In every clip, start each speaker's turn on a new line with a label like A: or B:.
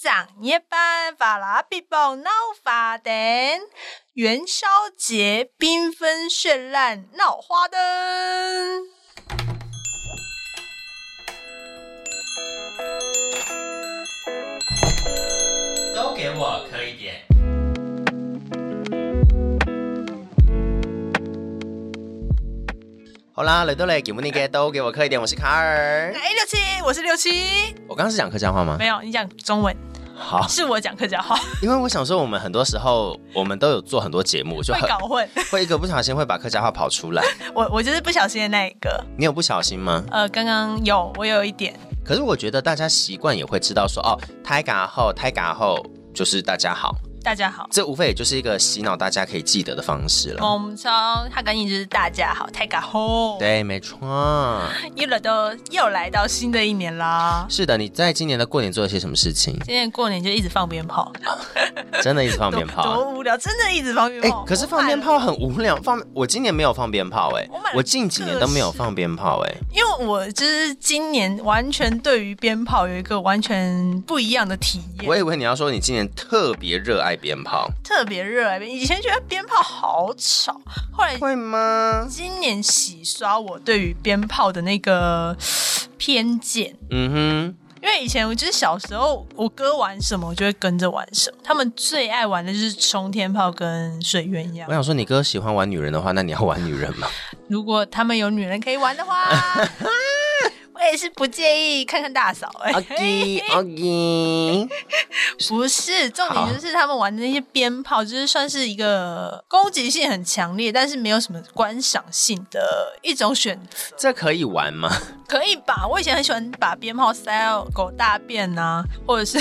A: 长夜班法拉比宝闹法灯，元宵节缤纷绚烂闹花灯。
B: 都给我磕一点。好啦，来都来，给 不那个都给我磕一点。我是卡
A: 哎，
B: 尔，
A: 六七，我是六七，
B: 我刚刚是讲客家话吗？
A: 没有，你讲中文，
B: 好，
A: 是我讲客家 话，
B: 因为我想说，我们很多时候我们都有做很多节目，就
A: 会
B: 很
A: 搞混。
B: 会一个不小心会把客家话跑 出来。
A: 我我就是不小心的那一个。
B: 你有不小心吗？
A: 呃，刚刚有，我有一点，
B: 可是我觉得大家习惯也会知道说，哦，胎嘎后，胎嘎后就是大家好，
A: 大家好。
B: 这无非也就是一个洗脑大家可以记得的方式了。
A: 我们超他赶紧就是大家好，太嘎吼！，
B: 对，没错。
A: 又来到又来到新的一年啦。
B: 是的，你在今年的过年做了些什么事情？
A: 今年过年就一直放鞭炮，
B: 真的一直放
A: 多
B: 鞭炮、啊。
A: 多无聊，真的一直放鞭
B: 哎、
A: 炮。
B: 可是放鞭
A: 哦我
B: 炮很无聊。放我今年没有放鞭炮、
A: 我买
B: 哎
A: 了，
B: 我近几年都没有放鞭炮、哎，
A: 买了，因为我就是今年完全对于鞭炮有一个完全不一样的体
B: 我
A: 验，
B: 以为你要说你今年特别热爱鞭炮，
A: 特别热爱。以前觉得鞭炮好吵，后来
B: 会吗？
A: 今年洗刷我对于鞭炮的那个偏见。
B: 嗯
A: 因为以前我就是小时候，我哥玩什么，我就会跟着玩什么。他们最爱玩的就是冲天炮跟水鸳鸯
B: 哼，我。想说你哥喜欢玩女人的话，那你要玩女 人吗？
A: 如果他们有女人可以玩的话，我也是不介意看看大嫂、哎、
B: OK OK，
A: 不是，重
B: 好
A: 点就是他们玩的那些鞭炮，就是算是一个攻击性很强烈，但是没有什么观赏性的一种选择，
B: 这可以玩吗？
A: 可以吧？我以前很喜欢把鞭炮塞到狗大便呐、或者是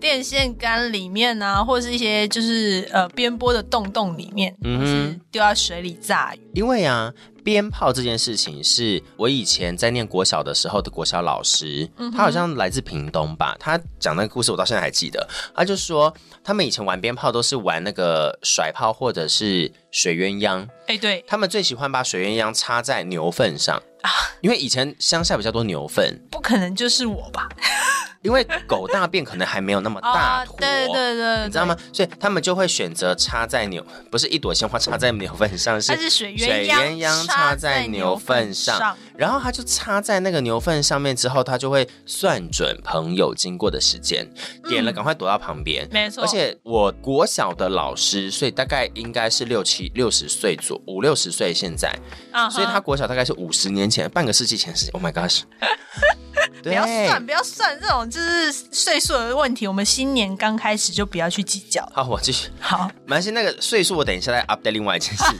A: 电线杆里面呐、或者是一些就是呃边波的洞洞里面，
B: 嗯
A: 嗯，是丢到水里炸鱼。
B: 因为啊，鞭炮这件事情是我以前在念国小的时候的国小老师，
A: 嗯
B: 他好像来自屏东吧，他讲那个故事我到现在还记得。他就说他们以前玩鞭炮都是玩那个甩炮或者是水鸳鸯，
A: 哎、对，
B: 他们最喜欢把水鸳鸯插在牛粪上 因为以前乡下比较多牛粪，
A: 不可能就是我吧？
B: 因为狗大便可能还没有那么大
A: 啊
B: 坨。
A: 对对对，
B: 你知道吗？所以他们就会选择插在牛，不是一朵鲜花插在牛粪上，
A: 它是水
B: 水
A: 鸳
B: 鸳鸯插在牛粪上，
A: 上，
B: 然后它就插在那个牛粪上面之后，它就会算准朋友经过的时间，点了赶快躲到旁边。
A: 嗯没错。
B: 而且我国小的老师，所以大概应该是六七六十岁左五六十岁现在，
A: 啊哈，
B: 所以他国小大概是五十年前半个世纪前的事情。Oh my gosh！
A: 不
B: 对
A: 要算，不要算这种就是岁数的问题，我们新年刚开始就不要去计较。
B: 好，我继续。
A: 好，
B: 蛮是那个岁数，我等一下再 update 另外一件事情。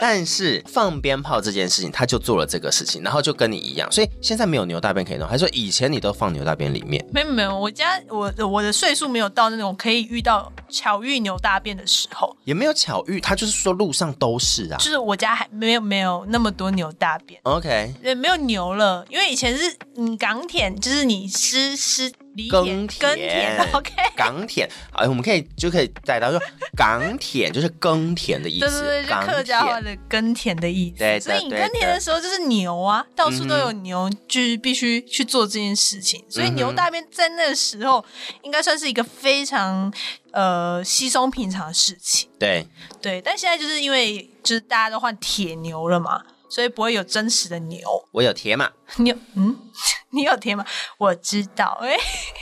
B: 但是放鞭炮这件事情，他就做了这个事情，然后就跟你一样，所以现在没有牛大便可以弄。他说以前你都放牛大便里面，
A: 没有没有，我家我我的岁数没有到那种可以遇到巧遇牛大便的时候，
B: 也没有巧遇，他就是说路上都是啊
A: 就。是我家还没有没有那么多牛大便。
B: OK，
A: 对，没有牛了，因为以前是嗯港铁，就是你吃吃犁
B: 耕
A: 田耕
B: 田
A: 田，OK，
B: 港铁，哎，我们可以就可以带到说港铁就是耕田的意
A: 对对
B: 思
A: 对，，就
B: 港
A: 客家话
B: 铁。
A: 的耕田的意思。
B: 对的
A: 所以你
B: 对
A: 耕田
B: 的
A: 的时候就是牛啊，到处都有
B: 嗯
A: 牛，就是必须去做这件事情。所以
B: 嗯哼
A: 牛大便在那个时候应该算是一个非常呃稀松平常的事情。
B: 对，
A: 对，但现在就是因为就是大家都换铁牛了嘛，所以不会有真实的牛。
B: 我有铁马，
A: 你有嗯， 你有铁吗？我知道，哎、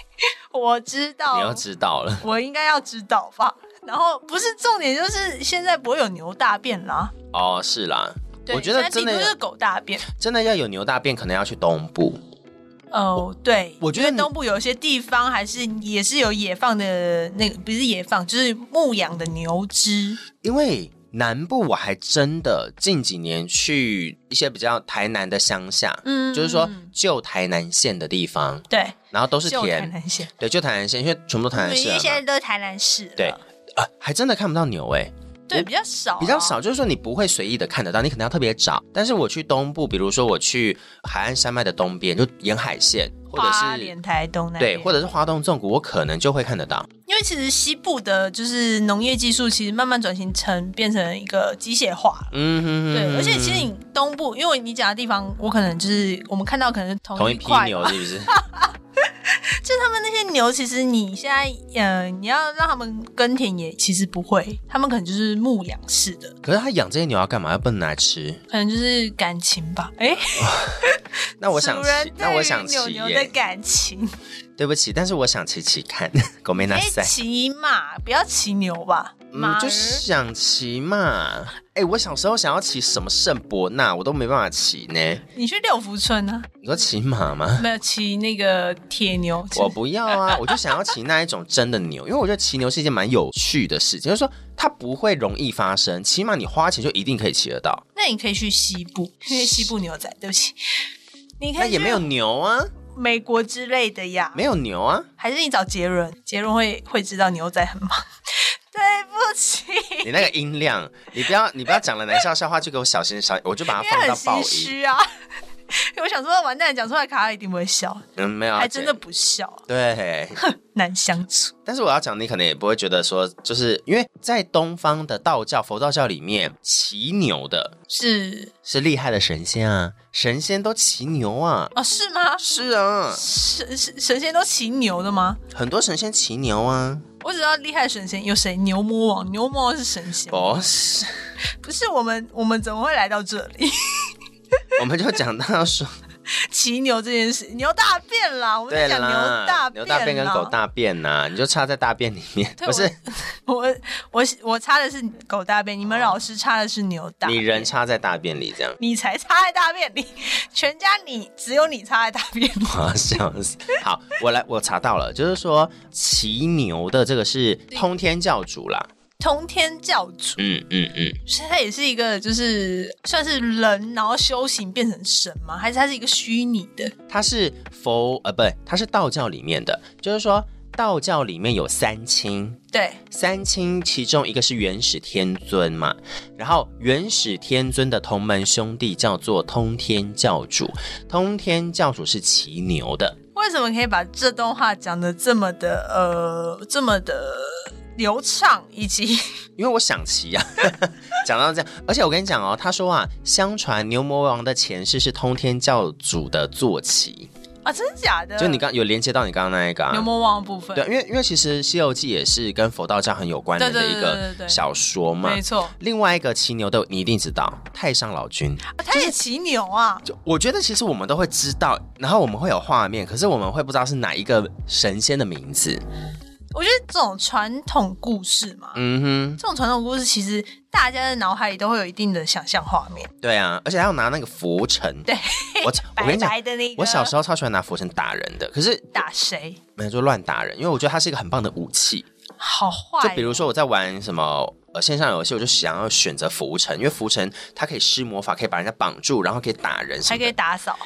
A: 我知道，
B: 你又知道了。
A: 我应该要知道吧。然后不是重点，就是现在不会有牛大便啦。
B: 哦，是啦，
A: 对
B: 我觉得
A: 现在
B: 真
A: 顶多就是
B: 的
A: 狗大便。
B: 真的要有牛大便，可能要去东部。
A: 哦，对，
B: 我觉得
A: 因为东部有一些地方还是也是有野放的那个，不是野放，就是牧羊的牛只。
B: 因为南部我还真的近几年去一些比较台南的乡下，
A: 嗯
B: 就是说
A: 嗯
B: 旧台南县的地方，
A: 对，
B: 然后都是
A: 就台
B: 田，
A: 南县，
B: 对，旧台南县，因为全部都台
A: 因
B: 南
A: 为
B: 县了
A: 现在
B: 嘛，
A: 都是台南市了。
B: 对啊，还真的看不到牛哎、
A: 对，比较少啊，
B: 比较少，就是说你不会随意的看得到，你可能要特别找。但是我去东部，比如说我去海岸山脉的东边，就沿海线，或者
A: 花
B: 是
A: 莲、台东那
B: 对，
A: 边，
B: 或者是花东纵谷，我可能就会看得到。
A: 因为其实西部的就是农业技术，其实慢慢转型成变成一个机械化了。
B: 嗯哼
A: 对，而且其实你东部，因为你讲的地方，我可能就是我们看到可能是同
B: 同一
A: 一
B: 批
A: 块嘛
B: 牛是不是？
A: 就他们那些牛，其实你现在呃，你要让他们耕田也其实不会，他们可能就是牧羊式的，
B: 可是他养这些牛要干嘛？要不能拿来吃？
A: 可能就是感情吧。哎，
B: 那我想
A: 主
B: 骑
A: 人，
B: 那
A: 对
B: 我
A: 于
B: 想骑
A: 牛牛的
B: 耶。
A: 感情，
B: 对不起，但是我想骑骑看，狗没拿
A: 哎，
B: 塞。
A: 骑马不要骑牛吧，马
B: 嗯，
A: 儿
B: 就想骑嘛。哎、我小时候想要骑什么圣伯纳，我都没办法骑呢。
A: 你去六福村啊，
B: 你说骑马吗？
A: 没有骑那个铁牛，
B: 我不要啊，我就想要骑那一种真的牛，因 为我觉得骑牛是一件蛮有趣的事情，就是说它不会容易发生，起码你花钱就一定可以骑得到。
A: 那你可以去西部，因为西部牛 仔，对不起，你可
B: 那
A: 以
B: 也没有
A: 去
B: 牛啊，
A: 美国之类的呀，
B: 没有牛啊，
A: 还是你找杰伦，杰伦会会知道牛仔很忙。 对不起，
B: 你那个音量， 你不要你不要讲了难笑笑话就给我小心小，我就把它
A: 因为
B: 放
A: 很
B: 到爆
A: 心
B: 音。
A: 虚啊。 我想说，完蛋，讲出来卡卡一定不会笑，
B: 嗯，没有啊，
A: 还真的不笑，
B: 对。
A: 难相处。
B: 但是我要讲，你可能也不会觉得说，就是因为在东方的道教、佛道教里面，骑牛的
A: 是
B: 是厉害的神仙啊，神仙都骑牛啊。
A: 哦，是吗？
B: 是啊，
A: 神神神仙都骑牛的吗？
B: 很多神仙骑牛啊。
A: 我只知道厉害的神仙有谁？牛魔王，牛魔王是神仙，
B: 不是，
A: 不是我们，我们怎么会来到这里？
B: 我们就讲到说，
A: 骑牛这件事，牛大便啦， 我们
B: 对
A: 在讲牛
B: 啦
A: 大，便
B: 牛
A: 啦，
B: 大便跟狗大便呐、你就插在大便里 面，
A: 对
B: 不是
A: 我我我插的是狗大便，你们老师插的是牛大
B: 哦你
A: 便，
B: 人插在大便里这样。
A: 你才插在大便里，全家你只有你插在大便里，
B: 我要 笑死！好，我来，我查到了，就是说骑牛的这个是通天教主啦，
A: 通天教主，
B: 嗯嗯嗯，
A: 所以他也是一个就是算是人，然后修行变成神吗？还是他是一个虚拟的？
B: 它是佛呃，不对，它是道教里面的，就是说道教里面有三清，
A: 对，
B: 三清其中一个是元始天尊嘛，然后元始天尊的同门兄弟叫做通天教主，通天教主是骑牛的，
A: 为什么可以把这段话讲的这么的呃这么的流畅，以及
B: 因为我想骑呀、 讲到这样，而且我跟你讲哦，他说啊，相传牛魔王的前世是通天教主的坐骑，
A: 啊真的假的？
B: 就你刚有连接到你刚刚那一个、啊、
A: 牛魔王的部分，
B: 对，因为因为其实《西游记》也是跟佛道教很有关联的
A: 对对
B: 一
A: 对对对
B: 个
A: 对
B: 小说嘛。
A: 没错，
B: 另外一个骑牛的，你一定知道太上老君。
A: 啊他也骑牛啊，
B: 就我觉得其实我们都会知道，然后我们会有画面，可是我们会不知道是哪一个神仙的名字。
A: 我觉得这种传统故事嘛，
B: 嗯
A: 这种传统故事其实大家的脑海里都会有一定的想象画面，
B: 哼，对啊，而且还要拿那个拂尘。
A: 对，
B: 我我跟
A: 白
B: 你讲，
A: 白的那个。
B: 我小时候超喜欢拿拂尘打人的，可是
A: 打谁？
B: 没有就乱打人，因为我觉得它是一个很棒的武器。
A: 好坏哦、
B: 就比如说我在玩什么呃线上游戏，我就想要选择浮尘，因为浮尘它可以施魔法，可以把人家绑住，然后可以打人什
A: 还
B: 么
A: 可
B: 的
A: 以打扫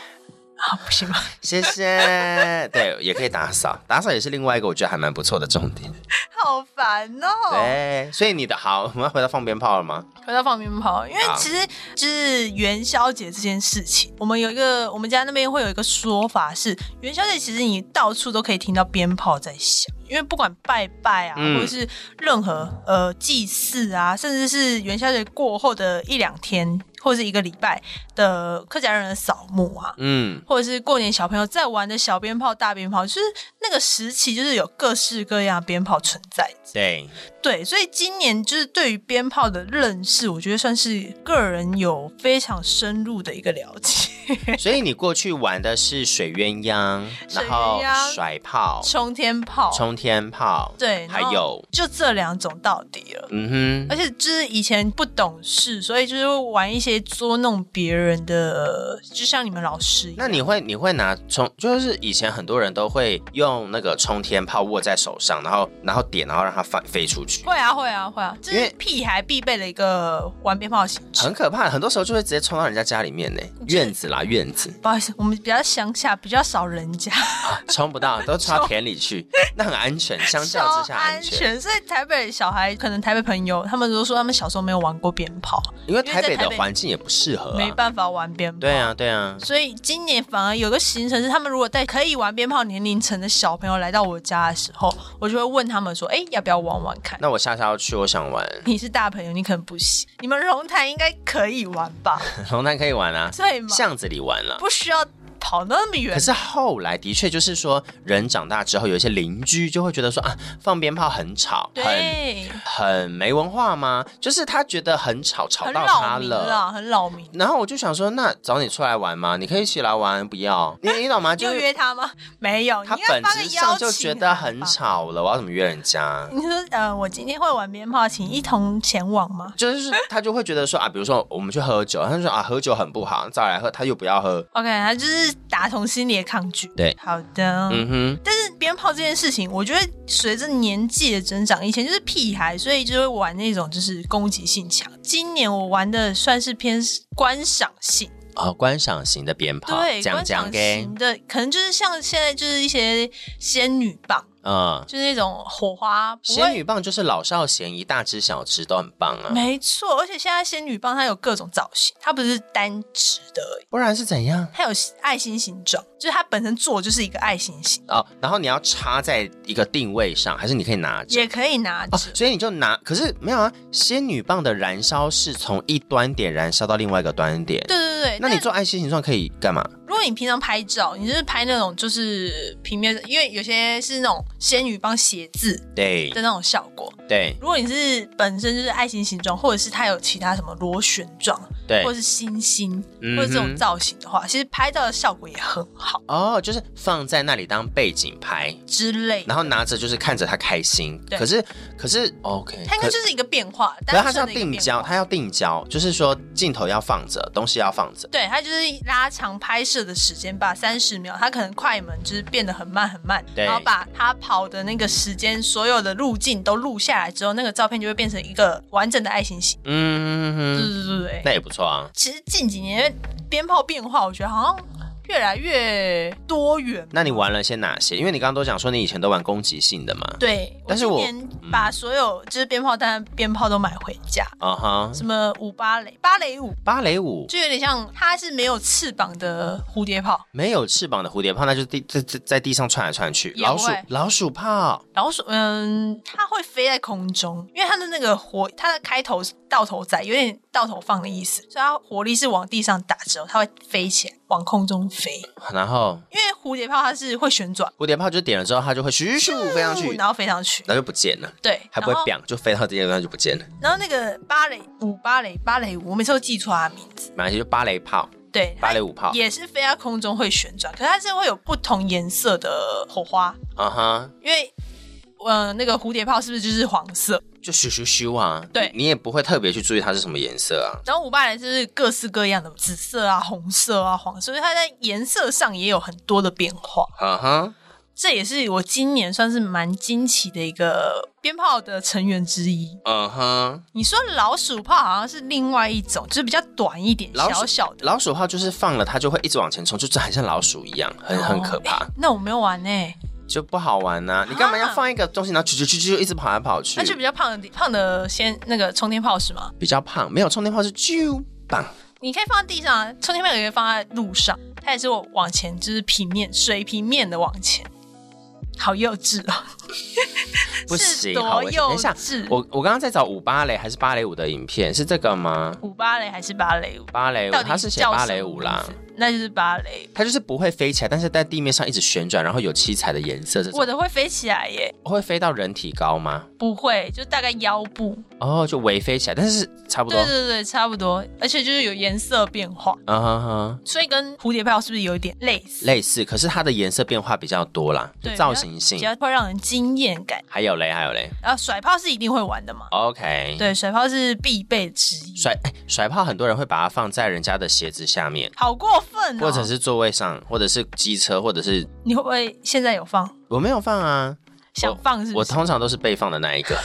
A: 啊，不行吗？
B: 谢谢，对，也可以打扫，打扫也是另外一个我觉得还蛮不错的重点。
A: 好烦哦、
B: 对，所以你的好，我们要回到放鞭炮了吗？
A: 回到放鞭炮，因为
B: 好
A: 其实就是元宵节这件事情，我们有一个我们家那边会有一个说法是，元宵节其实你到处都可以听到鞭炮在响，因为不管拜拜啊，
B: 嗯
A: 或者是任何呃祭祀啊，甚至是元宵节过后的一两天或者是一个礼拜的客家人的扫墓啊。
B: 嗯，
A: 或者是过年小朋友在玩的小鞭炮、大鞭炮，就是那个时期，就是有各式各样的鞭炮存在
B: 对，
A: 对，所以今年就是对于鞭炮的认识，我觉得算是个人有非常深入的一个了 解。
B: 所以你过去玩的是水鸳鸯，
A: 水
B: 然后
A: 鸳鸯
B: 甩炮、
A: 冲天炮，
B: 冲天炮，
A: 对，然
B: 还
A: 后
B: 有，
A: 就这两种到底了。
B: 嗯
A: 而
B: 哼，
A: 且就是以前不懂事，所以就是玩一些捉弄别人的，就像你们老师一
B: 那
A: 样。
B: 你会你会拿冲，就是以前很多人都会用那个冲天炮握在手上，然后然后点，然后让它放飞出去。
A: 会啊会啊会啊，这
B: 因
A: 是
B: 为
A: 屁孩必备的一个玩鞭炮的形式
B: 很。可怕，很多时候就会直接冲到人家家里面呢，院子啦，院子。
A: 不好意思，我们比较乡下，比较少人家，
B: 冲不到，都冲到田里 去，那很安全，相较之
A: 超
B: 下
A: 安
B: 安全。
A: 全。所以台北小孩，可能台北朋友，他们都说他们小时候没有玩过鞭炮，
B: 因为
A: 因为
B: 台
A: 在
B: 北
A: 台
B: 的
A: 北
B: 环境也不适合、啊，
A: 没办法玩鞭炮。
B: 对。啊，对啊，
A: 所以今年反而有个行程是，他们如果带可以玩鞭炮年龄层的小朋友来到我家的时候，我就会问他们说：“哎、要不要玩玩看
B: 那我下次要去，我想玩？”
A: 你是大朋友，你可能不行。你们龙潭应该可以玩吧？
B: 龙潭可以玩啊，
A: 对吗？
B: 巷子里玩了、
A: 不需要跑那么远
B: 可？是后来的确就是说，人长大之后，有一些邻居就会觉得说啊，放鞭炮很吵，很
A: 对，
B: 很没文化吗？就是他觉得很吵，吵
A: 很
B: 到他
A: 扰民
B: 了。
A: 啦，很扰民。
B: 然后我就想说，那找你出来玩嘛，你可以一起来玩，不 要你你懂吗？
A: 你
B: 就
A: 有
B: 是
A: 约他吗？ 没有，
B: 他
A: 你应该
B: 本
A: 发个
B: 质
A: 邀
B: 上就
A: 请
B: 觉得
A: 啊
B: 很。吵了，我要怎么约人家？
A: 你说，呃，我今天会玩鞭炮，请一同前往吗？
B: 就是他就会觉得说啊，比如说我们去喝酒，他就说啊，喝酒很不好，再来喝，他又不要喝。
A: OK，他就是打从心里的抗拒。
B: 嗯对
A: 好的。
B: 嗯哼，
A: 但是鞭炮这件事情，我觉得随着年纪的增长，以前就是屁孩，所以就会玩那种就是攻击性强。今年我玩的算是偏观赏性，
B: 哦，观赏型的鞭炮，
A: 对，
B: 讲
A: 观
B: 讲
A: 赏
B: 给
A: 型，的，可能就是像现在就是一些仙女棒，
B: 嗯，
A: 就是那种火花，不
B: 仙
A: 会。
B: 女棒就是老少咸宜，大只小只都很棒啊，
A: 没错，而且现在仙女棒它有各种造型，它不是单直的而已，
B: 不然是怎样？
A: 它有爱心形状，就是它本身做就是一个爱心形，
B: 哦，然后你要插在一个定位上，还是你可以拿着？
A: 也可以拿着。
B: 哦，所以你就拿，可是没有啊，仙女棒的燃烧是从一端点燃烧到另外一个端点。
A: 对对对，
B: 那你做爱心形状可以干嘛？
A: 如果你平常拍照，你就是拍那种就是平面，因为有些是那种仙女帮写字
B: 对
A: 的那种效果。
B: 对
A: 如果你是本身就是爱心形状，或者是它有其他什么螺旋状，
B: 对嗯
A: 或者，是星星，
B: 嗯哼
A: 或者这种造型的话，其实拍照的效果也很好
B: 哦，就是放在那里当背景拍，
A: 之类的。
B: 然后拿着就是看着他开心。
A: 对
B: 可是可是 OK，
A: 它应该
B: 可
A: 就是一个变化，
B: 可是他
A: 单
B: 是要
A: 纯的一个
B: 定
A: 变
B: 焦，
A: 化
B: 他要定焦，就是说镜头要放着，东西要放着。
A: 对，它就是拉长拍摄的时间，把三十秒，它可能快门就是变得很慢很慢，
B: 对
A: 然后把它跑的那个时间，所有的路径都录下来之后，那个照片就会变成一个完整的爱心形。对
B: 嗯哼哼，
A: 对对对对。
B: 那也不错啊。
A: 其实近几年鞭炮变化，我觉得好像越来越多元。
B: 那你玩了些哪些？因为你刚刚都讲说你以前都玩攻击性的嘛。
A: 对，
B: 但是我嗯
A: 今年把所有就是鞭炮弹、鞭炮都买回家，
B: 啊哈，
A: 什么舞芭蕾、芭蕾舞，
B: 芭蕾舞
A: 就有点像它是没有翅膀的蝴蝶炮，
B: 没有翅膀的蝴蝶炮，那就是地在在在地上窜来窜去。
A: 也
B: 老鼠
A: 会
B: 老鼠炮，
A: 老鼠，嗯，它会飞在空中，因为它的那个火，它的开头是倒头仔，有点倒头放的意思，所以它火力是往地上打之后，它会飞起来，往空中飞。
B: 然后
A: 因为蝴蝶炮它是会旋转，
B: 蝴蝶炮就点了之后，它就会咻咻飞上去，
A: 然后飞上去，
B: 然后就不见了，
A: 对，
B: 还不会
A: 然后。
B: biang 就飞到这些地方就不见了。
A: 然后那个芭蕾舞，芭蕾芭蕾舞，我每次都记错它的名字，
B: 马来西亚就芭蕾炮，
A: 对，
B: 芭蕾舞炮
A: 它也是飞在空中会旋转，可是它是会有不同颜色的火花，
B: 啊哈，
A: 因为。呃，那个蝴蝶炮是不是就是黄色？
B: 就咻咻咻啊。
A: 对
B: 你也不会特别去注意它是什么颜色啊。
A: 然后五八来就是各式各样的紫色啊、红色啊、黄色，所以它在颜色上也有很多的变化。
B: 啊哈，
A: 这也是我今年算是蛮惊奇的一个鞭炮的成员之一。
B: 嗯哼，
A: 你说老鼠炮好像是另外一种，就是比较短一点、
B: 老鼠
A: 小小的，
B: 老鼠炮就是放了它就会一直往前冲，就是很像老鼠一样，很很可怕，
A: 哦。那我没有玩呢、
B: 就不好玩呐、你干嘛要放一个东西，然后啾啾啾啾一直跑来跑去
A: 啊那？就比较胖的胖的先那个冲天炮是吗？
B: 比较胖，没有充电炮是啾棒。
A: 你可以放在地上啊，冲天炮也可以放在路上，它也是我往前，就是平面水平面的往前。好幼稚哦！
B: 不
A: 是
B: 行，
A: 多
B: 好危险。
A: 幼
B: 等一下
A: 稚，
B: 我我刚刚在找舞芭蕾还是芭蕾舞的影片，是这个吗？
A: 舞芭蕾还是芭蕾舞？
B: 芭蕾舞
A: 到，底
B: 它是写
A: 叫
B: 芭
A: 什么
B: 蕾舞啦
A: 名，字，那就是芭蕾。
B: 它就是不会飞起来，但是在地面上一直旋转，然后有七彩的颜色，这
A: 我
B: 种
A: 的会飞起来耶，
B: 会飞到人体高吗？
A: 不会，就大概腰部。
B: 哦，就微飞起来，但是差不
A: 对，
B: 多
A: 对对，差不多，而且就是有颜色变化，
B: 嗯哼哼，
A: 所以跟蝴蝶炮是不是有一点类似？
B: 类似，可是它的颜色变化比较多啦，就
A: 对
B: 造型
A: 比
B: 性。
A: 较会让人惊艳感。
B: 还有嘞，还有嘞
A: 然后甩炮是一定会玩的嘛？
B: ，OK，，
A: 对，甩炮是必备之一。
B: 甩哎甩炮，很多人会把它放在人家的鞋子下面，
A: 好过分哦！
B: 或者是座位上，或者是机车，或者是
A: 你会不会现在有放？
B: 我没有放啊，
A: 想放是
B: 我
A: 不是？
B: 通常都是被放的那一个。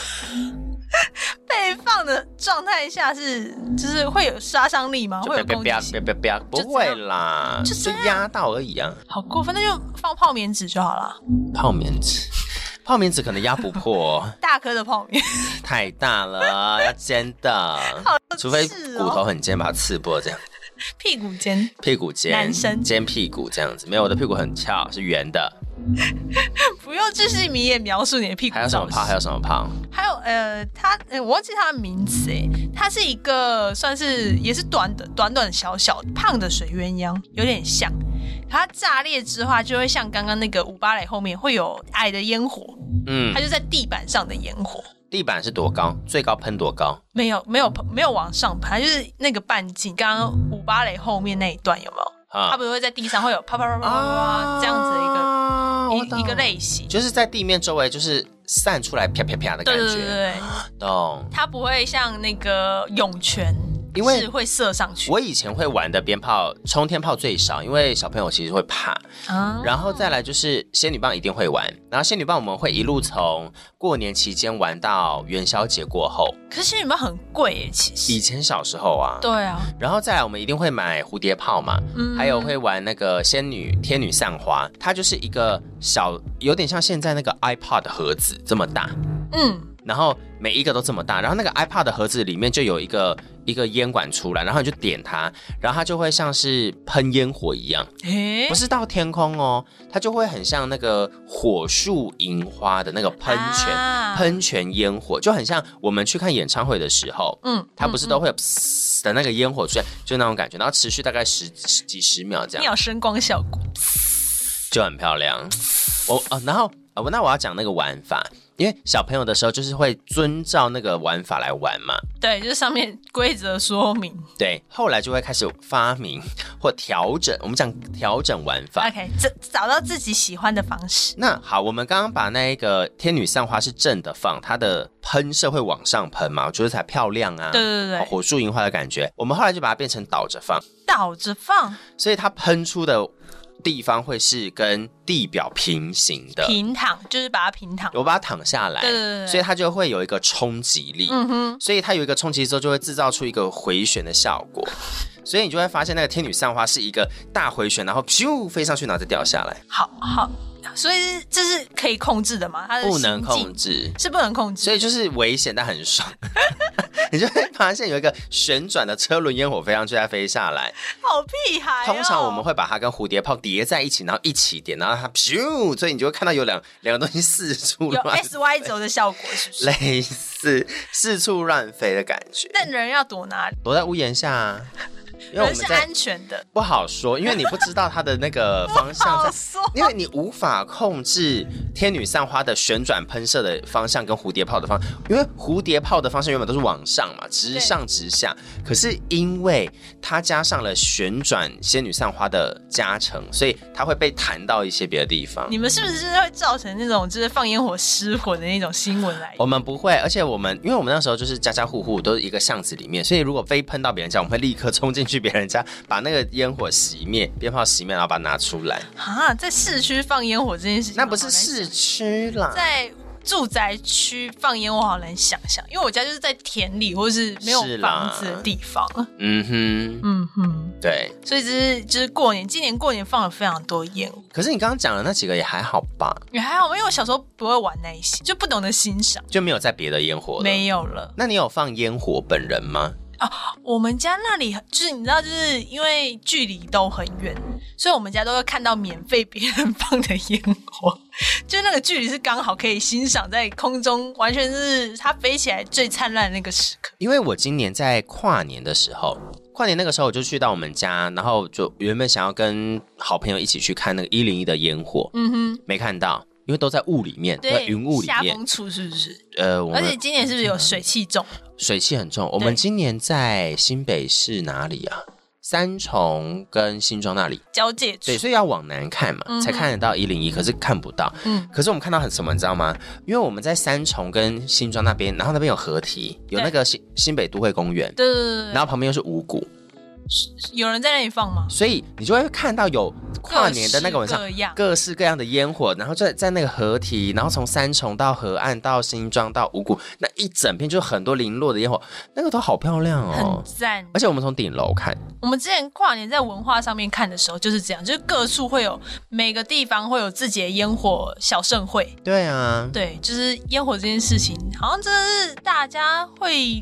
A: 被放的状态下是，就是会有杀伤力吗？
B: 就
A: 哦会有
B: 别
A: 攻
B: 别
A: 击
B: 别
A: 性？
B: 别别，不会啦，
A: 就这
B: 压到而已啊。
A: 好过分，那就放泡棉纸就好了，
B: 泡棉纸，泡棉纸可能压不破哦，
A: 大颗的泡棉。
B: 太大了，要尖的，除非
A: 刺哦
B: 骨头很尖，把它刺破这样，
A: 屁股尖，
B: 屁股尖，
A: 男生
B: 尖屁股这样子。没有，我的屁股很翘，是圆的。
A: 不用巨细靡遗描述你的屁股
B: 还有什
A: 造
B: 么
A: 型。
B: 泡？还有什么泡？
A: 还有呃，它呃我忘记它的名字哎，它是一个算是也是短的、短短小小的胖的水鸳鸯，有点像。它炸裂之后，它就会像刚刚那个五八雷后面会有矮的烟火，
B: 嗯
A: 它，就在地板上的烟火，
B: 地板是多高？最高喷多高？
A: 没有没有没有往上爬，它就是那个半径。刚刚五八雷后面那一段有没有？它
B: 啊
A: 不是会在地上会有啪啪啪啪啪啪啪哦这样子的一个。
B: 个
A: 一一个，类型，
B: 就是在地面周围就是散出来啪啪啪的
A: 对
B: 感
A: 对对
B: 觉，
A: 对，
B: 懂？
A: 它不会像那个涌泉，
B: 因为
A: 是会射上去
B: 我以前会玩的鞭炮，冲天炮最少，因为小朋友其实会怕。
A: 啊。
B: 然后再来就是仙女棒一定会玩，然后仙女棒我们会一路从过年期间玩到元宵节过后。
A: 可是你们很贵耶，其
B: 以
A: 实。
B: 前小时候啊，
A: 对啊，
B: 然后再来我们一定会买蝴蝶炮嘛，
A: 嗯
B: 还有会玩那个仙女天女散花，它就是一个小，有点像现在那个 iPod 盒子这么大，
A: 嗯，
B: 然后每一个都这么大，然后那个 iPod 的盒子里面就有一个一个烟管出来，然后你就点它，然后它就会像是喷烟火一样，
A: 诶
B: 不，是到天空哦，它就会很像那个火树银花的那个喷泉，
A: 啊
B: 喷泉烟火就很像我们去看演唱会的时候。
A: 嗯，
B: 它不是都会有噗的那个烟火出现，就那种感觉，然后持续大概十十几十秒这样，
A: 鸟声光效果，
B: 就很漂亮。我哦，然后啊，我那我要讲那个玩法，因为小朋友的时候就是会遵照那个玩法来玩嘛。
A: 对，就是上面规则说 明。
B: 对，后来就会开始发明或调整，我们讲调整玩法。
A: OK，这找到自己喜欢的方式。
B: 那好，我们刚刚把那一个天女散花是正的放，它的喷射会往上喷嘛，我觉得才漂亮啊。
A: 对对对
B: 好火树银花的感觉。我们后来就把它变成倒着放，
A: 倒着放，
B: 所以它喷出的地方会是跟地表平行的。
A: 平躺就是把它平躺。
B: 我把它躺下来，
A: 对对对对
B: 所以它就会有一个冲击力。
A: 嗯哼，
B: 所以它有一个冲击之后，就会制造出一个回旋的效果。所以你就会发现，那个天女散花是一个大回旋，然后咻飞上去，然后再掉下来，
A: 好好，所以是这是可以控制的嘛？它的
B: 不能
A: 呃行进，
B: 控制。
A: 是不能控制。
B: 所以就是危险但很爽。 你就会发现有一个旋转的车轮烟火飞上去再飞下来，
A: 好屁孩、哦。
B: 通常我们会把它跟蝴蝶炮叠在一起，然后一起点，然后它咻，所以你就会看到有两两个东西四处
A: 有哎
B: 乱
A: S Y 轴的效果，是 不是？
B: 类似四处乱飞的感觉。
A: 但人要躲哪里？
B: 躲在屋檐下、 啊，因为
A: 人
B: 我们
A: 是
B: 在
A: 安全的。
B: 不好说，因为你不知道它的那 个方向
A: 好
B: 在。
A: 说，
B: 因为你无法控制天女散花的旋转喷射的方向跟蝴蝶炮的方，因为蝴蝶炮的方向原本都是往上嘛，直上直下。可是因为它加上了旋转仙女散花的加成，所以它会被弹到一些别的地方。
A: 你们是不是会造成那种就是放烟火失火的那种新闻来？
B: 我们不会，而且我们因为我们那时候就是家家户户都是一个巷子里面，所以如果非喷到别人家，我们会立刻冲进去别人家，把那个烟火熄灭，鞭炮熄灭，然后把它拿出 来。
A: 啊，在市区放烟火这件事情，
B: 那不是市区
A: 我
B: 啦，
A: 好难想在住宅区放烟火，好难想象，因为我家就是在田里或是没有
B: 是啦
A: 房子的地方。
B: 嗯哼，
A: 嗯哼，
B: 对。
A: 所以只是就是过年，今年过年放了非常多烟火，
B: 可是你刚刚讲的那几个也还好吧，
A: 也还好，因为我小时候不会玩那一些，就不懂得欣赏，
B: 就没有在别的烟火了。
A: 没有了。
B: 那你有放烟火本人吗？
A: 我们家那里就是你知道，就是因为距离都很远，所以我们家都会看到免费别人放的烟火， 就是那个距离是刚好可以欣赏在空中，完全是它飞起来最灿烂的那个时刻。
B: 因为我今年在跨年的时候，跨年那个时候我就去到我们家，然后就原本想要跟好朋友一起去看那个一零一的烟火，
A: 嗯哼，
B: 没看到，因为都在雾里面，都在
A: 对，
B: 云雾里
A: 下
B: 面。
A: 风处是不是？
B: 呃，我
A: 而且
B: 们
A: 今年是不是有水汽重？
B: 水汽很重。我们今年在新北市哪里啊？三重跟新庄那里，
A: 交界处
B: 对，，所以要往南看嘛，
A: 嗯哼
B: 才看得到一零一，可是看不到。
A: 嗯
B: 可是我们看到很什么，你知道吗？因为我们在三重跟新庄那边，然后那边有河堤，有那个新新北都会公园，
A: 对对对对
B: 然后旁边又是五谷，
A: 对，有人在那里放吗？
B: 所以你就会看到有跨年的那个晚上
A: 各。式各样，
B: 各式各样的烟火，然后在在那个河堤，然后从三重到河岸到新庄到五谷，那一整片就很多零落的烟火，那个都好漂亮哦
A: 很。赞。
B: 而且我们从顶楼看，
A: 我们之前跨年在文化上面看的时候就是这样，就是各处会有每个地方会有自己的烟火小盛会。
B: 对啊，
A: 对，就是烟火这件事情，好像真的是大家会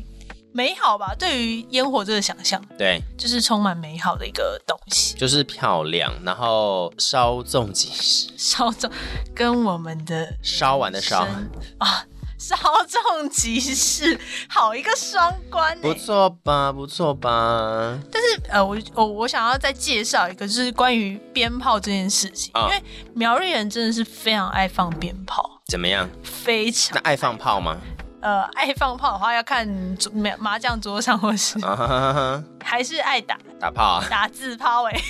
A: 美好吧？对于烟火这个想象，
B: 对，啊
A: 就是充满美好的一个东西。
B: 就是漂亮，然后稍纵即逝，
A: 稍纵跟我们的
B: 烧完的烧，
A: 生啊，稍纵即逝，好一个双关、
B: 不
A: 欸！
B: 错吧，不错吧？
A: 呃，我我我想要再介绍一个，就是关于鞭炮这件事情，
B: 啊
A: 因为苗栗人真的是非常爱放鞭炮，
B: 怎么样？
A: 非
B: 那
A: 常
B: 爱放炮吗？
A: 呃爱放炮的话，要看桌麻麻将桌上或是
B: 啊哈哈哈，
A: 还是爱打
B: 打炮啊！
A: 打字炮哎、
B: 嗯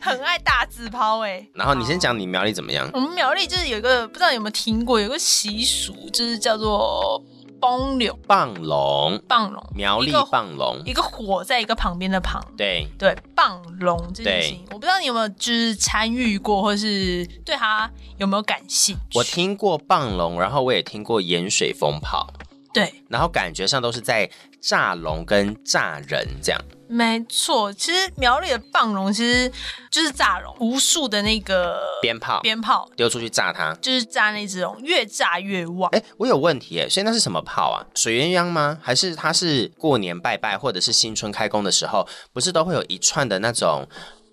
A: 很爱打字炮哎、
B: 然后你先讲你苗栗怎么样？
A: 我们苗栗就是有一个不知道有没有听过，有个习俗就是叫做崩柳
B: 棒龙，
A: 棒龙，
B: 苗栗
A: 一个
B: 棒龙，
A: 一个火在一个旁边的旁，
B: 对，
A: 对棒龙这件事情，我不知道你有没有就是参与过，或是对它有没有感兴趣？
B: 我听过棒龙，然后我也听过盐水风炮，
A: 对，
B: 然后感觉上都是在炸龙跟炸人这样。
A: 没错，其实苗栗的棒龙其实就是炸龙，无数的那个
B: 鞭炮
A: 鞭炮
B: 丢出去炸它。
A: 就是炸那只龙，越炸越旺。
B: 哎，我有问题哎，所以那是什么炮啊？水鸳鸯吗？还是它是过年拜拜或者是新春开工的时候，不是都会有一串的那种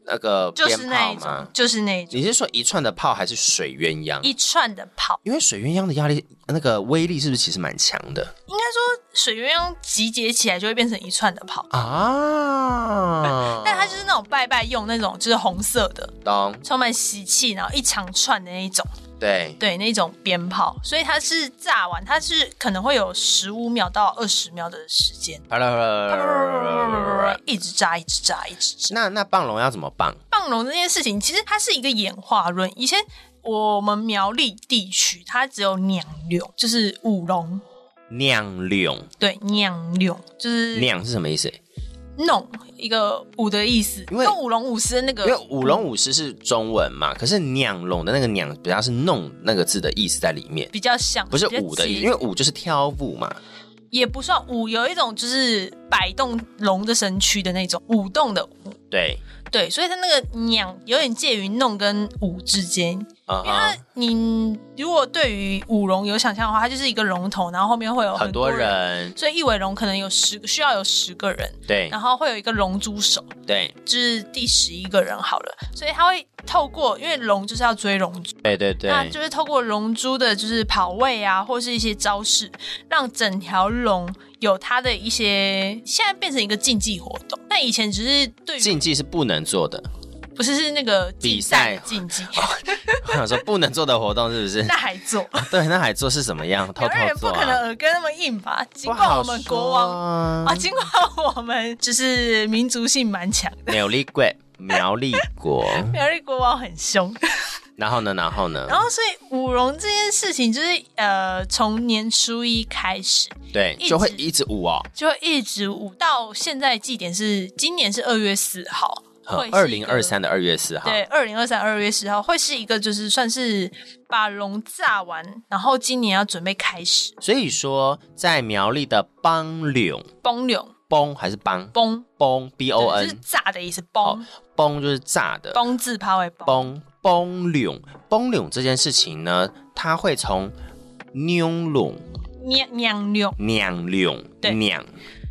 B: 那个
A: 就
B: 鞭
A: 是那
B: 炮
A: 一种
B: 吗，？
A: 就是那一种
B: 你是说一串的炮还是水鸳鸯？
A: 一串的炮。
B: 因为水鸳鸯的压力那个威力是不是其实蛮强的
A: 应该说水鸳鸯集结起来就会变成一串的炮，
B: 啊？
A: 但它就是那种拜拜用那种，就是红色的，
B: 懂
A: 充满喜气，然后一长串的那一种，
B: 对
A: 对，那种鞭炮，所以它是炸完，它是可能会有十五秒到二十秒的时间，
B: 啪啦啪啦啪啦啪啦啪啦。
A: 一直炸，一直炸，一直炸。
B: 那那棒龙要怎么棒？
A: 棒龙这件事情，其实它是一个演化论。以前我们苗栗地区，它只有娘柳，就是舞龙，
B: 酿柳
A: 对，娘柳就是
B: 酿是什么意思？
A: 弄一个舞的意思，
B: 因为
A: 跟舞龙舞狮的那个
B: 因为舞龙舞狮是中文嘛，可是酿龙的那个酿比较是弄那个字的意思在里面，
A: 比较像，
B: 不是
A: 比较
B: 舞的意思，
A: 接
B: 因为舞就是跳舞嘛。
A: 也不算舞，有一种就是摆动龙的身躯的那种舞动的舞，
B: 对
A: 对，所以它那个娘有点介于弄跟舞之间，
B: 啊
A: 因为它
B: 哈，
A: 你如果对于舞龙有想象的话，它就是一个龙头，然后后面会有
B: 很
A: 多
B: 多。人
A: 所以一尾龙可能有十需要有十个人，
B: 对
A: 然后会有一个龙珠手，
B: 对
A: 就是第十一个人好了。所以它会透过，因为龙就是要追龙珠，
B: 对对
A: 那
B: 对，
A: 就是透过龙珠的，就是跑位啊，或是一些招式，让整条龙有它的一些，现在变成一个竞技活动。那以前只是对于
B: 竞技是不能做 的。
A: 不是是那个
B: 比
A: 竞
B: 赛
A: 赛竞技，
B: 我想说不能做的活动是不是
A: 那？还做。
B: 对，那还做是什么样？ 偷
A: 有
B: 偷
A: 的人不
B: 做
A: 可能
B: 啊？
A: 耳根那么硬吧？尽
B: 不
A: 管
B: 好啊
A: 我们国王
B: 说
A: 啊，尽管我们就是民族性蛮强的，
B: 苗栗国，苗栗国，
A: 苗栗国王很凶。
B: 然后呢，然后呢？
A: 然后，所以舞龙这件事情，就是呃，从年初一开始
B: 对，
A: 一
B: 就会
A: 直
B: 一直舞哦。
A: 就一直舞到现在，祭典是今年是二月四号，会
B: 二
A: 是一
B: 零
A: 个
B: 二三的二月四号，
A: 对，二零二三二月十号会是一个，就是算是把龙炸完，然后今年要准备开始
B: 所以说在苗栗的邦柳
A: 崩柳
B: 崩还是邦
A: 崩，
B: 崩 B
A: 对
B: O
A: 就是
B: N
A: 炸的意思，崩
B: 崩就是炸的
A: 崩字抛为崩，
B: 崩崩柳崩柳这件事情呢，它会从妞柳
A: 酿酿柳，
B: 酿柳
A: 对
B: 酿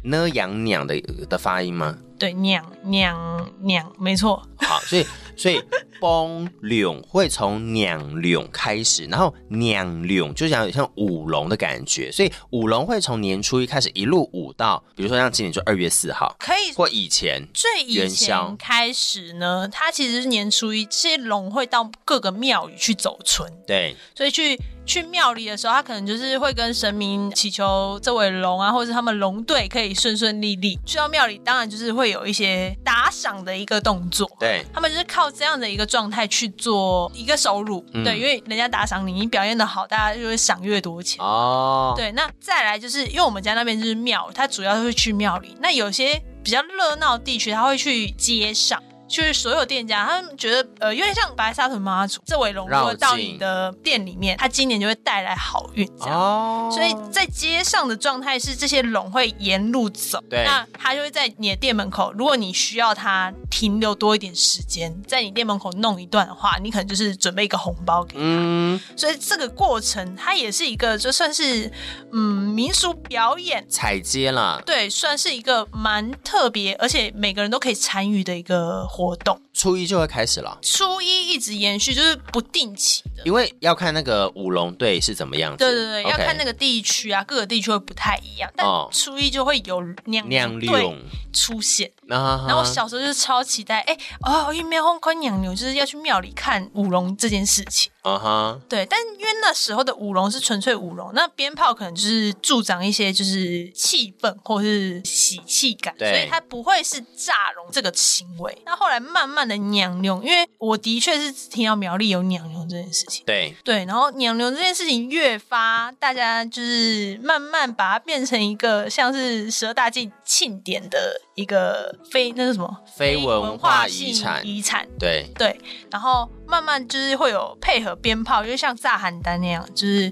B: 呢羊酿的的发音吗？
A: 对，酿酿酿，没错，
B: 好，所以所以崩柳会从酿柳开始，然后酿柳就像像舞龙的感觉，所以舞龙会从年初一开始一路舞到，比如说像今年就二月四号
A: 可以
B: 或以前，
A: 最以
B: 元宵
A: 前开始呢，它其实是年初一，这些龙会到各个庙宇去走村，
B: 对
A: 所以去去庙里的时候，他可能就是会跟神明祈求这尾龙啊，或者是他们龙队可以顺顺利利。去到庙里，当然就是会有一些打赏的一个动作。
B: 对
A: 他们就是靠这样的一个状态去做一个收入，
B: 嗯
A: 对，因为人家打赏你，你表现的好，大家就会赏越多钱。
B: 哦，
A: 对，那再来就是因为我们家那边就是庙，它主要会去庙里。那有些比较热闹的地区，它会去街上，就是所有店家，他们觉得呃，有点像白沙屯妈祖，这尾龙如
B: 绕
A: 果
B: 境
A: 到你的店里面，它今年就会带来好运这样。
B: 哦，
A: 所以在街上的状态是，这些龙会沿路走，
B: 对
A: 那它就会在你的店门口。如果你需要它停留多一点时间，在你店门口弄一段的话，你可能就是准备一个红包给它。
B: 嗯，
A: 所以这个过程它也是一个就算是嗯民俗表演，
B: 踩街啦，
A: 对，算是一个蛮特别，而且每个人都可以参与的一个活动。
B: 初一就会开始了，
A: 初一一直延续，就是不定期的。
B: 因为要看那个舞龙队是怎么样子。
A: 对对对
B: OK
A: 要看那个地区啊，各个地区会不太一样，但
B: 哦
A: 初一就会有酿
B: 酿啊
A: 酒
B: 六
A: 队。出现。
B: 然
A: 然后我小时候就是超期待，哎、哦，因为庙会娘牛就是要去庙里看舞龙这件事情。
B: 啊哈，
A: 对，但因为那时候的舞龙是纯粹舞龙，那鞭炮可能就是助长一些就是气氛或是喜气感，所
B: 对
A: 以它不会是炸龙这个行为。那后来慢慢的娘牛，因为我的确是听到苗栗有娘牛这件事情。
B: 对，
A: 对，然后娘牛这件事情越发，大家就是慢慢把它变成一个像是十二大祭庆典的一个非那是什么
B: 非文化遗
A: 性
B: 产，
A: 遗产。
B: 对，
A: 对，然后慢慢就是会有配合鞭炮，就像炸邯郸那样，就是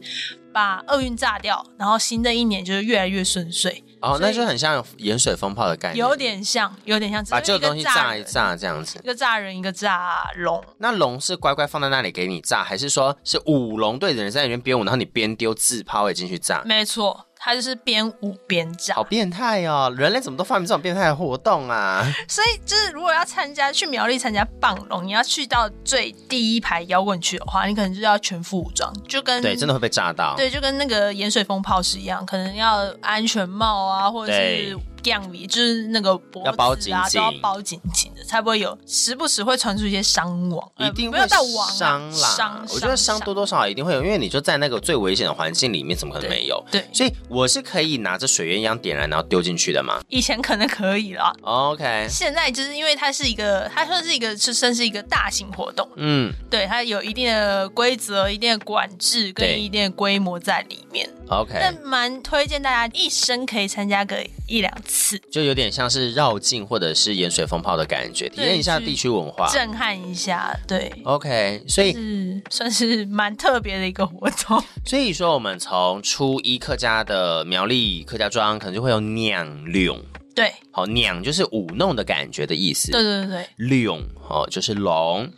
A: 把厄运炸掉，然后新的一年就是越来越顺遂，所
B: 哦，
A: 以
B: 那就很像盐水风炮的概念，
A: 有点像，有点像，只
B: 把
A: 是
B: 旧
A: 一
B: 的东
A: 个
B: 西
A: 炸
B: 炸一
A: 人，
B: 炸这样子
A: 一。个炸人，一个炸龙。
B: 那龙是乖乖放在那里给你炸，还是说是舞龙队的人在里面编舞，然后你边丢自抛也进去炸？
A: 没错，它就是边舞边炸
B: 好。变态哦！人类怎么都发明这种变态的活动啊？
A: 所以就是如果要参加去苗栗参加棒龙，你要去到最第一排摇滚区的话，你可能就要全副武装，就跟
B: 对，真的会被炸到。
A: 对，就跟那个盐水风炮是一样，可能要安全帽啊，或者是
B: 对
A: 降雨，就是那个脖子啊
B: 要
A: 都要
B: 包紧紧
A: 包紧紧的，才不会有时不时会传出一些伤亡，呃
B: 一定
A: 不
B: 会
A: 要到亡啊
B: 伤啦，
A: 伤，
B: 我觉得伤多多少少一定会有，因为你就在那个最危险的环境里面，怎么可能没有？
A: 对，
B: 所以我是可以拿着水鸳鸯点燃然后丢进去的嘛
A: 以前可能可以啦，
B: ？OK，
A: 现在就是因为它是一个，它算是一个，是算是一个大型活动，
B: 嗯
A: 对，它有一定的规则、一定的管制跟
B: 对
A: 一定的规模在里面，但
B: ，OK，
A: 蛮推荐大家一生可以参加个一两次，
B: 就有点像是绕境或者是盐水风炮的感觉，体验一下
A: 去
B: 地区文化。
A: 震撼一下，对。
B: OK，所以
A: 是算是蛮特别的一个活动，
B: 所以说我们从初一客家的苗栗客家庄，可能就会有酿柳，
A: 对，
B: 好酿就是舞弄的感觉的意思，
A: 对对对对，
B: 柳哦就是龙，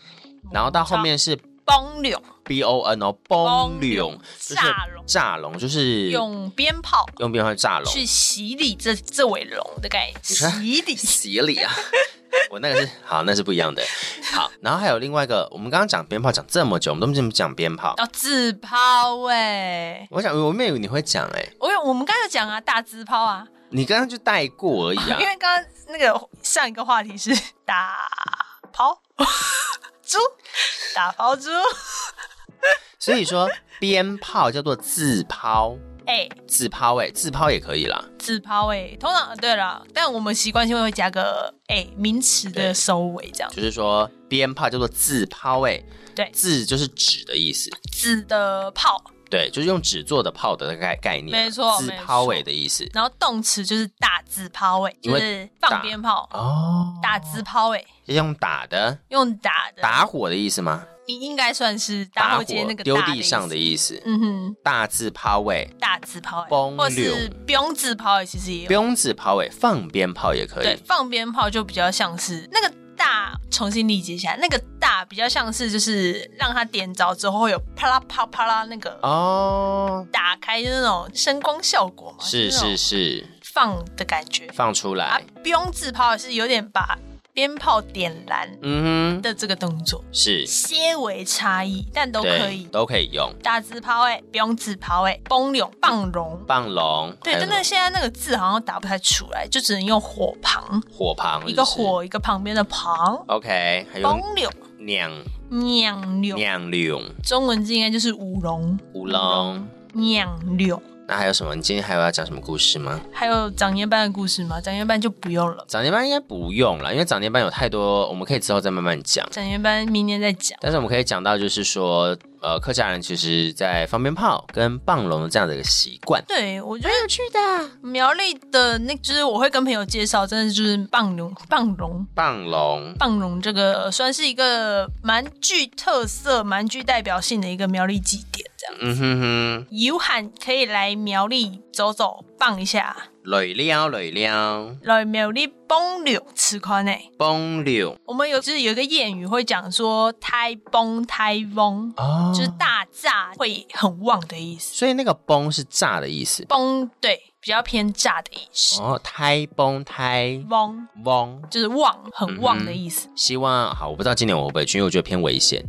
B: 然后到后面是
A: 崩柳
B: B O N 哦，崩柳就是
A: 炸龙
B: 炸龙，就是
A: 用鞭炮
B: 用鞭炮炸龙，
A: 去洗礼这这尾龙的概念，
B: 看
A: 洗礼
B: 洗礼啊！ 我那个是好，那是不一样的。好，然后还有另外一个，我们刚刚讲鞭炮讲这么久，我们都没讲鞭炮。
A: 要哦自抛哎、
B: 我想，我没有你会讲哎、
A: 我有我们刚才有讲啊，大自抛啊，
B: 你刚刚就带过而已啊
A: 因。为刚刚那个上一个话题是 打抛 猪，打抛猪，
B: 所以说，鞭炮叫做自抛，
A: 哎、
B: 自抛哎、自抛也可以啦。
A: 自抛哎、通常对了，但我们习惯性会加个哎、名词的
B: 对
A: 收尾这样。
B: 就是说，鞭炮叫做自抛哎、
A: 对
B: 自就是纸的意思，
A: 纸的炮，
B: 对，就是用纸做的炮的概概念，
A: 没错
B: 自
A: 没错
B: 抛哎、的意思。
A: 然后动词就是打字抛尾，
B: 因
A: 就
B: 为
A: 是放鞭炮、
B: 哦，
A: 打字抛尾，
B: 是用打的，
A: 用打的，
B: 打火的意思吗？
A: 应应该算是打
B: 打
A: 火
B: 火
A: 机那个
B: 丢
A: 大
B: 地上的
A: 意思。
B: 意思。
A: 嗯哼，
B: 大字抛哎尾，
A: 大字抛尾，
B: 崩
A: 或是
B: 溜
A: 不用字抛尾，其实也
B: 不
A: 有。
B: 用字抛尾，哎放鞭炮也可
A: 对，
B: 以。
A: 放鞭炮就比较像是那个大，重新理解一下，那个大比较像是就是让它点着之后会有啪啦啪啦啪啦那个
B: 哦，
A: 打开的那种声光效果嘛，
B: 是
A: 就那种
B: 是是，哎
A: 放的感觉。
B: 放出
A: 啊
B: 来。，
A: 不用自抛是有点把鞭炮点燃
B: 嗯哼，
A: 的这个动作，
B: 是，
A: 些微差异，但都可
B: 对
A: 以，。
B: 都可以用。
A: 大字抛哎，不用自抛哎，崩涌棒龙。
B: 棒龙，
A: 对，
B: 还有
A: 真的现在那个字好像打不太出来，就只能用火旁，
B: 火旁，
A: 一个
B: 是不是。
A: 火一个旁边的旁。
B: OK，还有
A: 崩柳
B: 酿
A: 酿柳，
B: 酿柳
A: 中文字应该就是舞龙
B: 乌龙。
A: 酿柳。
B: 那还有什么？你今天还有要讲什么故事吗？
A: 还有长年班的故事吗？长年班就不用了，
B: 早年班应该不用了，因为早年班有太多，我们可以之后再慢慢讲。
A: 长年班明年再讲。
B: 但是我们可以讲到，就是说，呃，客家人其实在放鞭炮跟棒龙的这样的一个习惯。
A: 对，我觉得有趣的。啊苗栗的那，就是我会跟朋友介绍，真的就是棒龙、棒龙、
B: 棒龙，
A: 棒龙这个，算是一个蛮具特色、蛮具代表性的一个苗栗祭典。这样，
B: 嗯哼哼，
A: 有喊可以来苗栗走走，棒一下，
B: 累了累了，
A: 来苗栗崩柳吃宽呢。
B: 崩溜
A: 我们有就是有一个谚语会讲说“胎崩胎崩”，
B: 哦
A: 就是大炸会很旺的意思。
B: 所以那个崩是炸的意思。
A: 崩对，比较偏炸的意思。
B: 哦，胎崩胎
A: 汪
B: 翁，
A: 就是旺，很旺的意思。
B: 希望好，我不知道今年我会不会去，因为我觉得偏危险，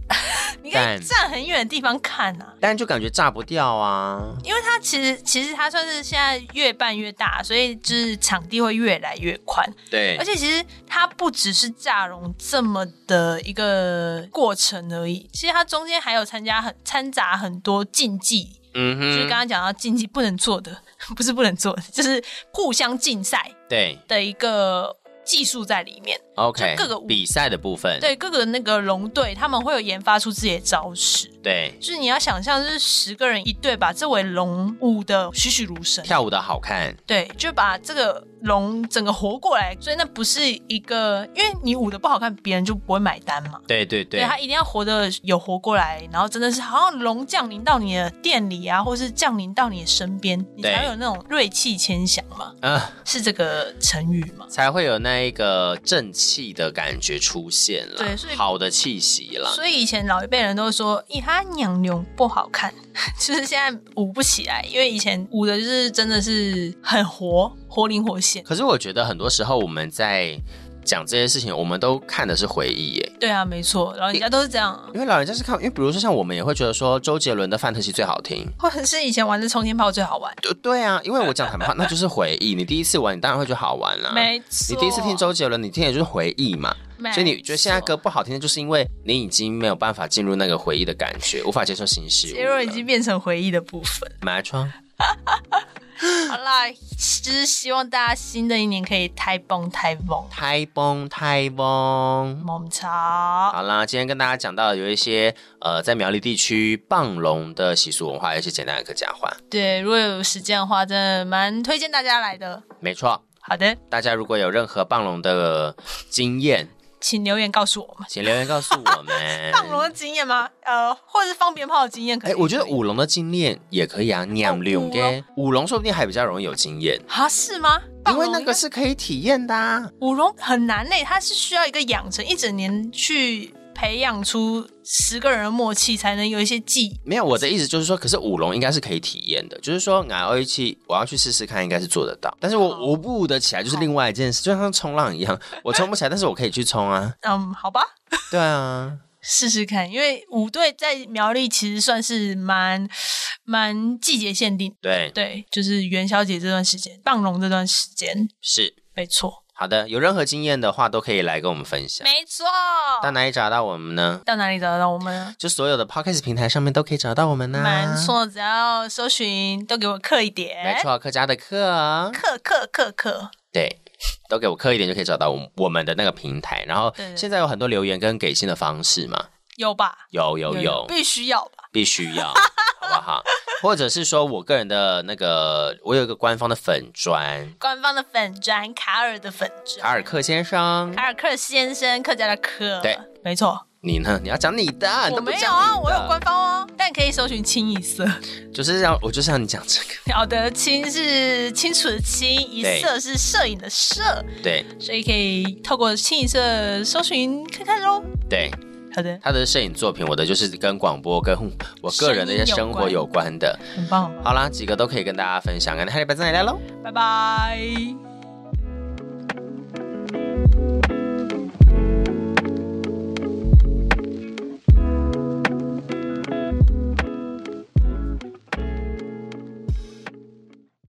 A: 你可以
B: 但
A: 站很远的地方看啊，
B: 但就感觉炸不掉啊。
A: 因为它其实其实它算是现在越办越大，所以就是场地会越来越宽。
B: 对
A: 而且其实它不只是炸绒这么的一个过程而已，其实它中间还有参加很掺杂很多竞技，
B: 嗯
A: 就是刚
B: 哼，
A: 刚讲到竞技不能做的， 不是不能做的，就是互相竞赛
B: 对
A: 的一个技术在里面。
B: ，OK，
A: 就各个舞
B: 比赛的部分，
A: 对各个那个龙队，他们会有研发出自己的招式，
B: 对，
A: 就是你要想象，就是十个人一队把这尾龙舞的栩栩如生，
B: 跳舞的好看，
A: 对，就把这个龙整个活过来，所以那不是一个，因为你舞的不好看，别人就不会买单嘛。
B: 对对对，
A: 他一定要活的有活过来，然后真的是好像龙降临到你的店里啊，或是降临到你的身边，你才会
B: 对
A: 有那种锐气千祥嘛，
B: 嗯、
A: 是这个成语吗？
B: 才会有那一个正气的感觉出现了，
A: 对所以
B: 好的气息啦。
A: 所以以前老一辈人都会说，咦，他娘牛不好看， 就是现在舞不起来，因为以前舞的就是真的是很活，活灵活现。
B: 可是我觉得很多时候我们在讲这些事情，我们都看的是回忆耶。
A: 对啊，没错，老人家都是这样啊，
B: 因为老人家是看，因为比如说像我们也会觉得说周杰伦的《范特西》最好听，
A: 或者是以前玩的冲天炮最好玩，
B: 对对啊，因为我讲坦白话，那就是回忆。你第一次玩，你当然会觉得好玩啦、
A: 没错。
B: 啊你第一次听，周杰伦，你听的就是回忆嘛，所以你觉得现在歌不好听，就是因为你已经没有办法进入那个回忆的感觉，无法接受新事物
A: 杰瑞已
B: 了。
A: 经变成回忆的部分。
B: 买窗，
A: 好啦，就是希望大家新的一年可以胎崩胎崩，
B: 胎崩胎崩。
A: 猛潮。
B: 好啦，今天跟大家讲到有一些呃，在苗栗地区棒龙的习俗文化，有一些简单的客家话。
A: 对，如果有时间的话，真的蛮推荐大家来的。
B: 没错，
A: 好的，
B: 大家如果有任何棒龙的经验，
A: 请留言告诉我们。。
B: 请留言告诉我 们
A: 放龙的经验吗？呃，或者是放鞭炮的经验？可能
B: 哎、
A: 也可以
B: 我觉得舞龙的经验也可以啊，酿六给舞龙说不定还比较容易有经验，
A: 啊是吗？
B: 因
A: 放
B: 为
A: 龙
B: 那
A: 应
B: 个
A: 该
B: 是可以体验的、啊。
A: 舞龙很难嘞，它是需要一个养成一整年去培养出十个人的默契，才能有一些技艺。
B: 没有，我的意思就是说，可是舞龙应该是可以体验的，就是说俺要一起，我要去试试看，应该是做得到。但是我我不舞得起来就是另外一件事，就像冲浪一样，我冲不起来，但是我可以去 冲啊。
A: 嗯，好吧，
B: 对啊，
A: 试试看，因为舞队在苗栗其实算是蛮蛮季节限定。
B: 对，
A: 对，就是元宵节这段时间，放龙这段时间，
B: 是
A: 没错，
B: 好的。有任何经验的话，都可以来跟我们分享。
A: 没错。
B: 到哪里找到我们呢？
A: 到哪里找得到我们呢？
B: 就所有的 podcast 平台上面都可以找到我们呢、
A: 没，错，只要搜寻都给我刻一点，
B: 没错，客家的客，
A: 刻刻刻刻，
B: 对，都给我刻一点就可以找到我们我们的那个平台。然后
A: 对对
B: 现在有很多留言跟给信的方式嘛，
A: 有吧？
B: 有有有，
A: 必须要吧？
B: 必须要， 好不好？或者是说我个人的那个，我有一个官方的粉砖，
A: 官方的粉砖，卡尔的粉
B: 卡
A: 砖，
B: 尔克先生
A: 卡，尔克先生，客家的客，
B: 对，
A: 没错，
B: 你呢？你要讲你的，你
A: 我
B: 都不
A: 没
B: 讲
A: 有啊，
B: 你
A: 我有
B: 的
A: 官方哦，但可以搜寻清一色。
B: 就是让我就是让你讲这个，
A: 好的，清是清楚的清，一
B: 对
A: 色是摄影的摄，
B: 对
A: 所以可以透过清一色搜寻看看喽。
B: 对。
A: 好的，
B: 他的摄影作品，我的就是跟广播、跟我个人的一些生活有关的。
A: 很棒，
B: 好啦，几个都可以跟大家分享，那下礼拜再来喽。
A: 拜拜。